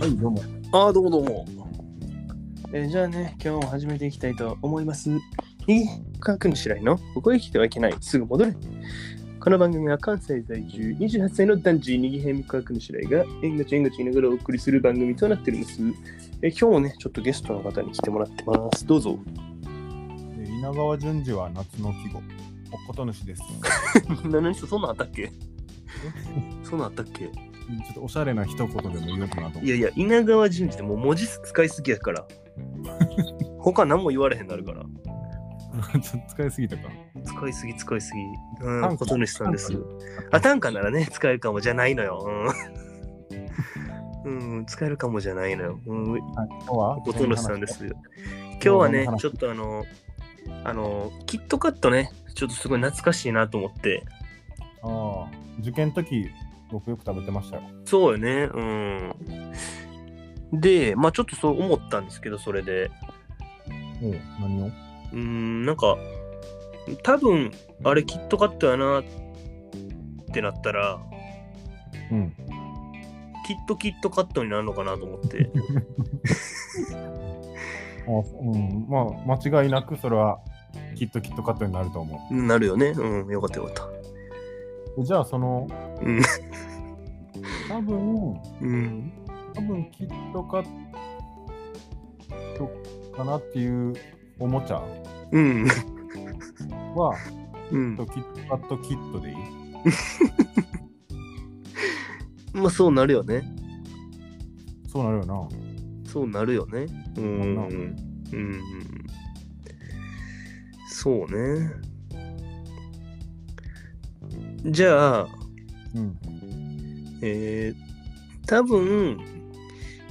はい、どうも。ああ、どうもどうも。えーじゃあね、今日も始めていきたいと思います。右側君白井の、ここへ来てはいけない、すぐ戻れ。この番組は関西在住28歳の男児、右辺三河君白井が、縁口縁口言いながらお送りする番組となっております。えー今日もね、ちょっとゲストの方に来てもらってます。どうぞ。えー稲川淳二は夏の季語。おこと主です。 ち何そそんなんあった っけそんなんあったっけょっとおしゃれな一言でも言おうかなと思っいて。やいや、稲川淳二ってもう文字使いすぎや から。他何も言われへんなるから。 ちょっと使いすぎたか。使いすぎ使いすぎ。う短ん、歌ことぬしさんです。あ、短歌ならね、使えるかもじゃないのよ。うん、うん、使えるかもじゃないのよ。うん、はい、今日はことぬしさんで。す。今日はね何の、話ちょっとあの、あの、キットカットね、ちょっとすごい懐かしいなと思って。ああ、受験の時、僕よく食べてましたよ。そうよね、うん。で、まあちょっとそう思ったんですけど、それで。おう何をうーん、なんか、多分あれキットカットやなってなったら、うん。きっとキットカットになるのかなと思って。あうん、まあ、間違いなくそれは、きっときっとカットになると思なるよね。うん、よかったよかった。う。じゃあ、その、うん 多分、うん。多分きっとカットかなっていうおもちゃうん。は、うん。キットカットキットでいいまあそうなるよね。そうなるよな。そうなるよね。うん。そんなうん。そうね。じゃあ、うん。えー、多分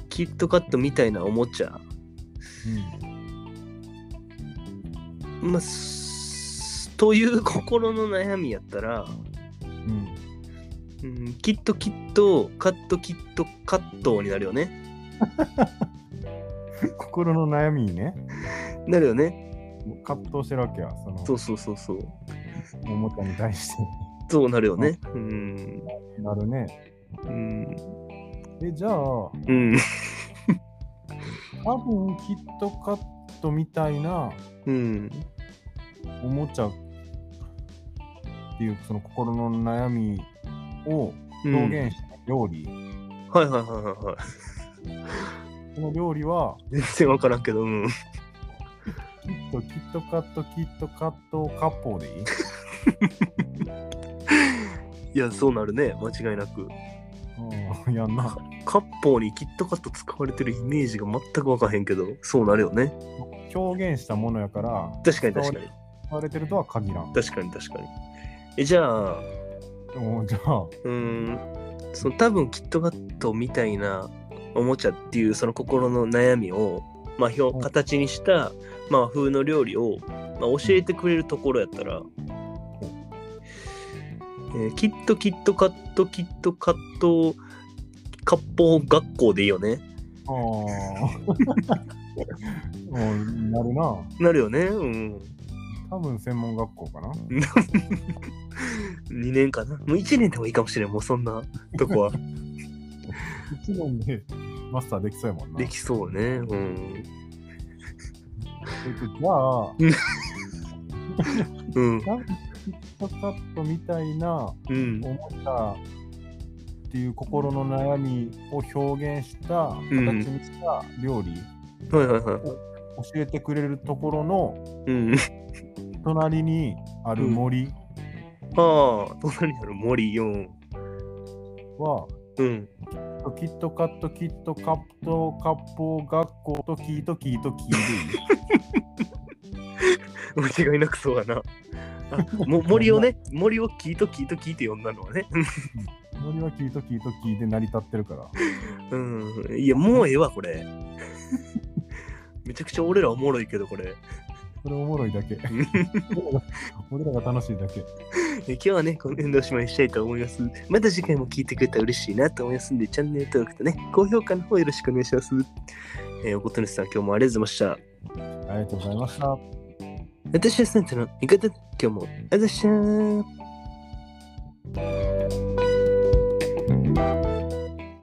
キットカットみたいなおもちゃまあ、すという心の悩みやったら、うん。うん。うん、きっときっとカットきっとカットになるよね。心の悩みにね、なるよね。葛藤してるわけや、そのそうそうそうそう。おもちゃに対して。そうなるよね。うん。なるね。うん。え、じゃあ、多うん。分キットカットみたいなうん。おもちゃっていうその心の悩みをうん表現した料理。はいはいはいはいはい。この料理は、全然わからんけど、うん。きっとキットカットキットカットカッポーでいいいや、そうなるね。間違いなく。うん、やんな。カッポーにキットカット使われてるイメージが全くわかへんけど、そうなるよね。表現したものやから、確かに確かに。使われてるとは限らん。確かに確かに。え、じゃあ、おじゃあ、うーんその多分キットカットみたいなおもちゃっていうその心の悩みを、まあ、ひょうん形にした、まあ、風の料理を、まあ、教えてくれるところやったら、えーきっときっとカットきっとカット割烹学校でいいよね ああ。うんなるな。なるよねうん多分専門学校かな。 2年かなもう1年でもいいかもしれんもうそんなとこは1年でマスターできそうやもんな。できそうねうんえっとじゃあ、うんなんかキットカットみたいなおうんもちゃっていう心の悩みを表現した形んにした料理、はいはいはい教えてくれるところのうん隣にある森ああ隣にある森4は、うんキットカットキットカットカッポー学校とキートキートキーでいい。 間違いなくそうやな。あも森をね、森を聞いと聞いと聞いて呼んだのはね。森はキートキートキーで成り立ってるから。うん。いや、もうええわ、これ。めちゃくちゃ俺らおもろいけど、これ。これおもろいだけ。 俺らが楽しいだけ。え今日はね、この辺でおしまいにしたいと思います。また次回も聞いてくれたら嬉しいなと思いますんで、チャンネル登録とね、高評価の方よろしくお願いします。えー、おことぬさん、今日もありがとうございました。ありがとうございました。私はサンタの味方、今日もありがとうございました。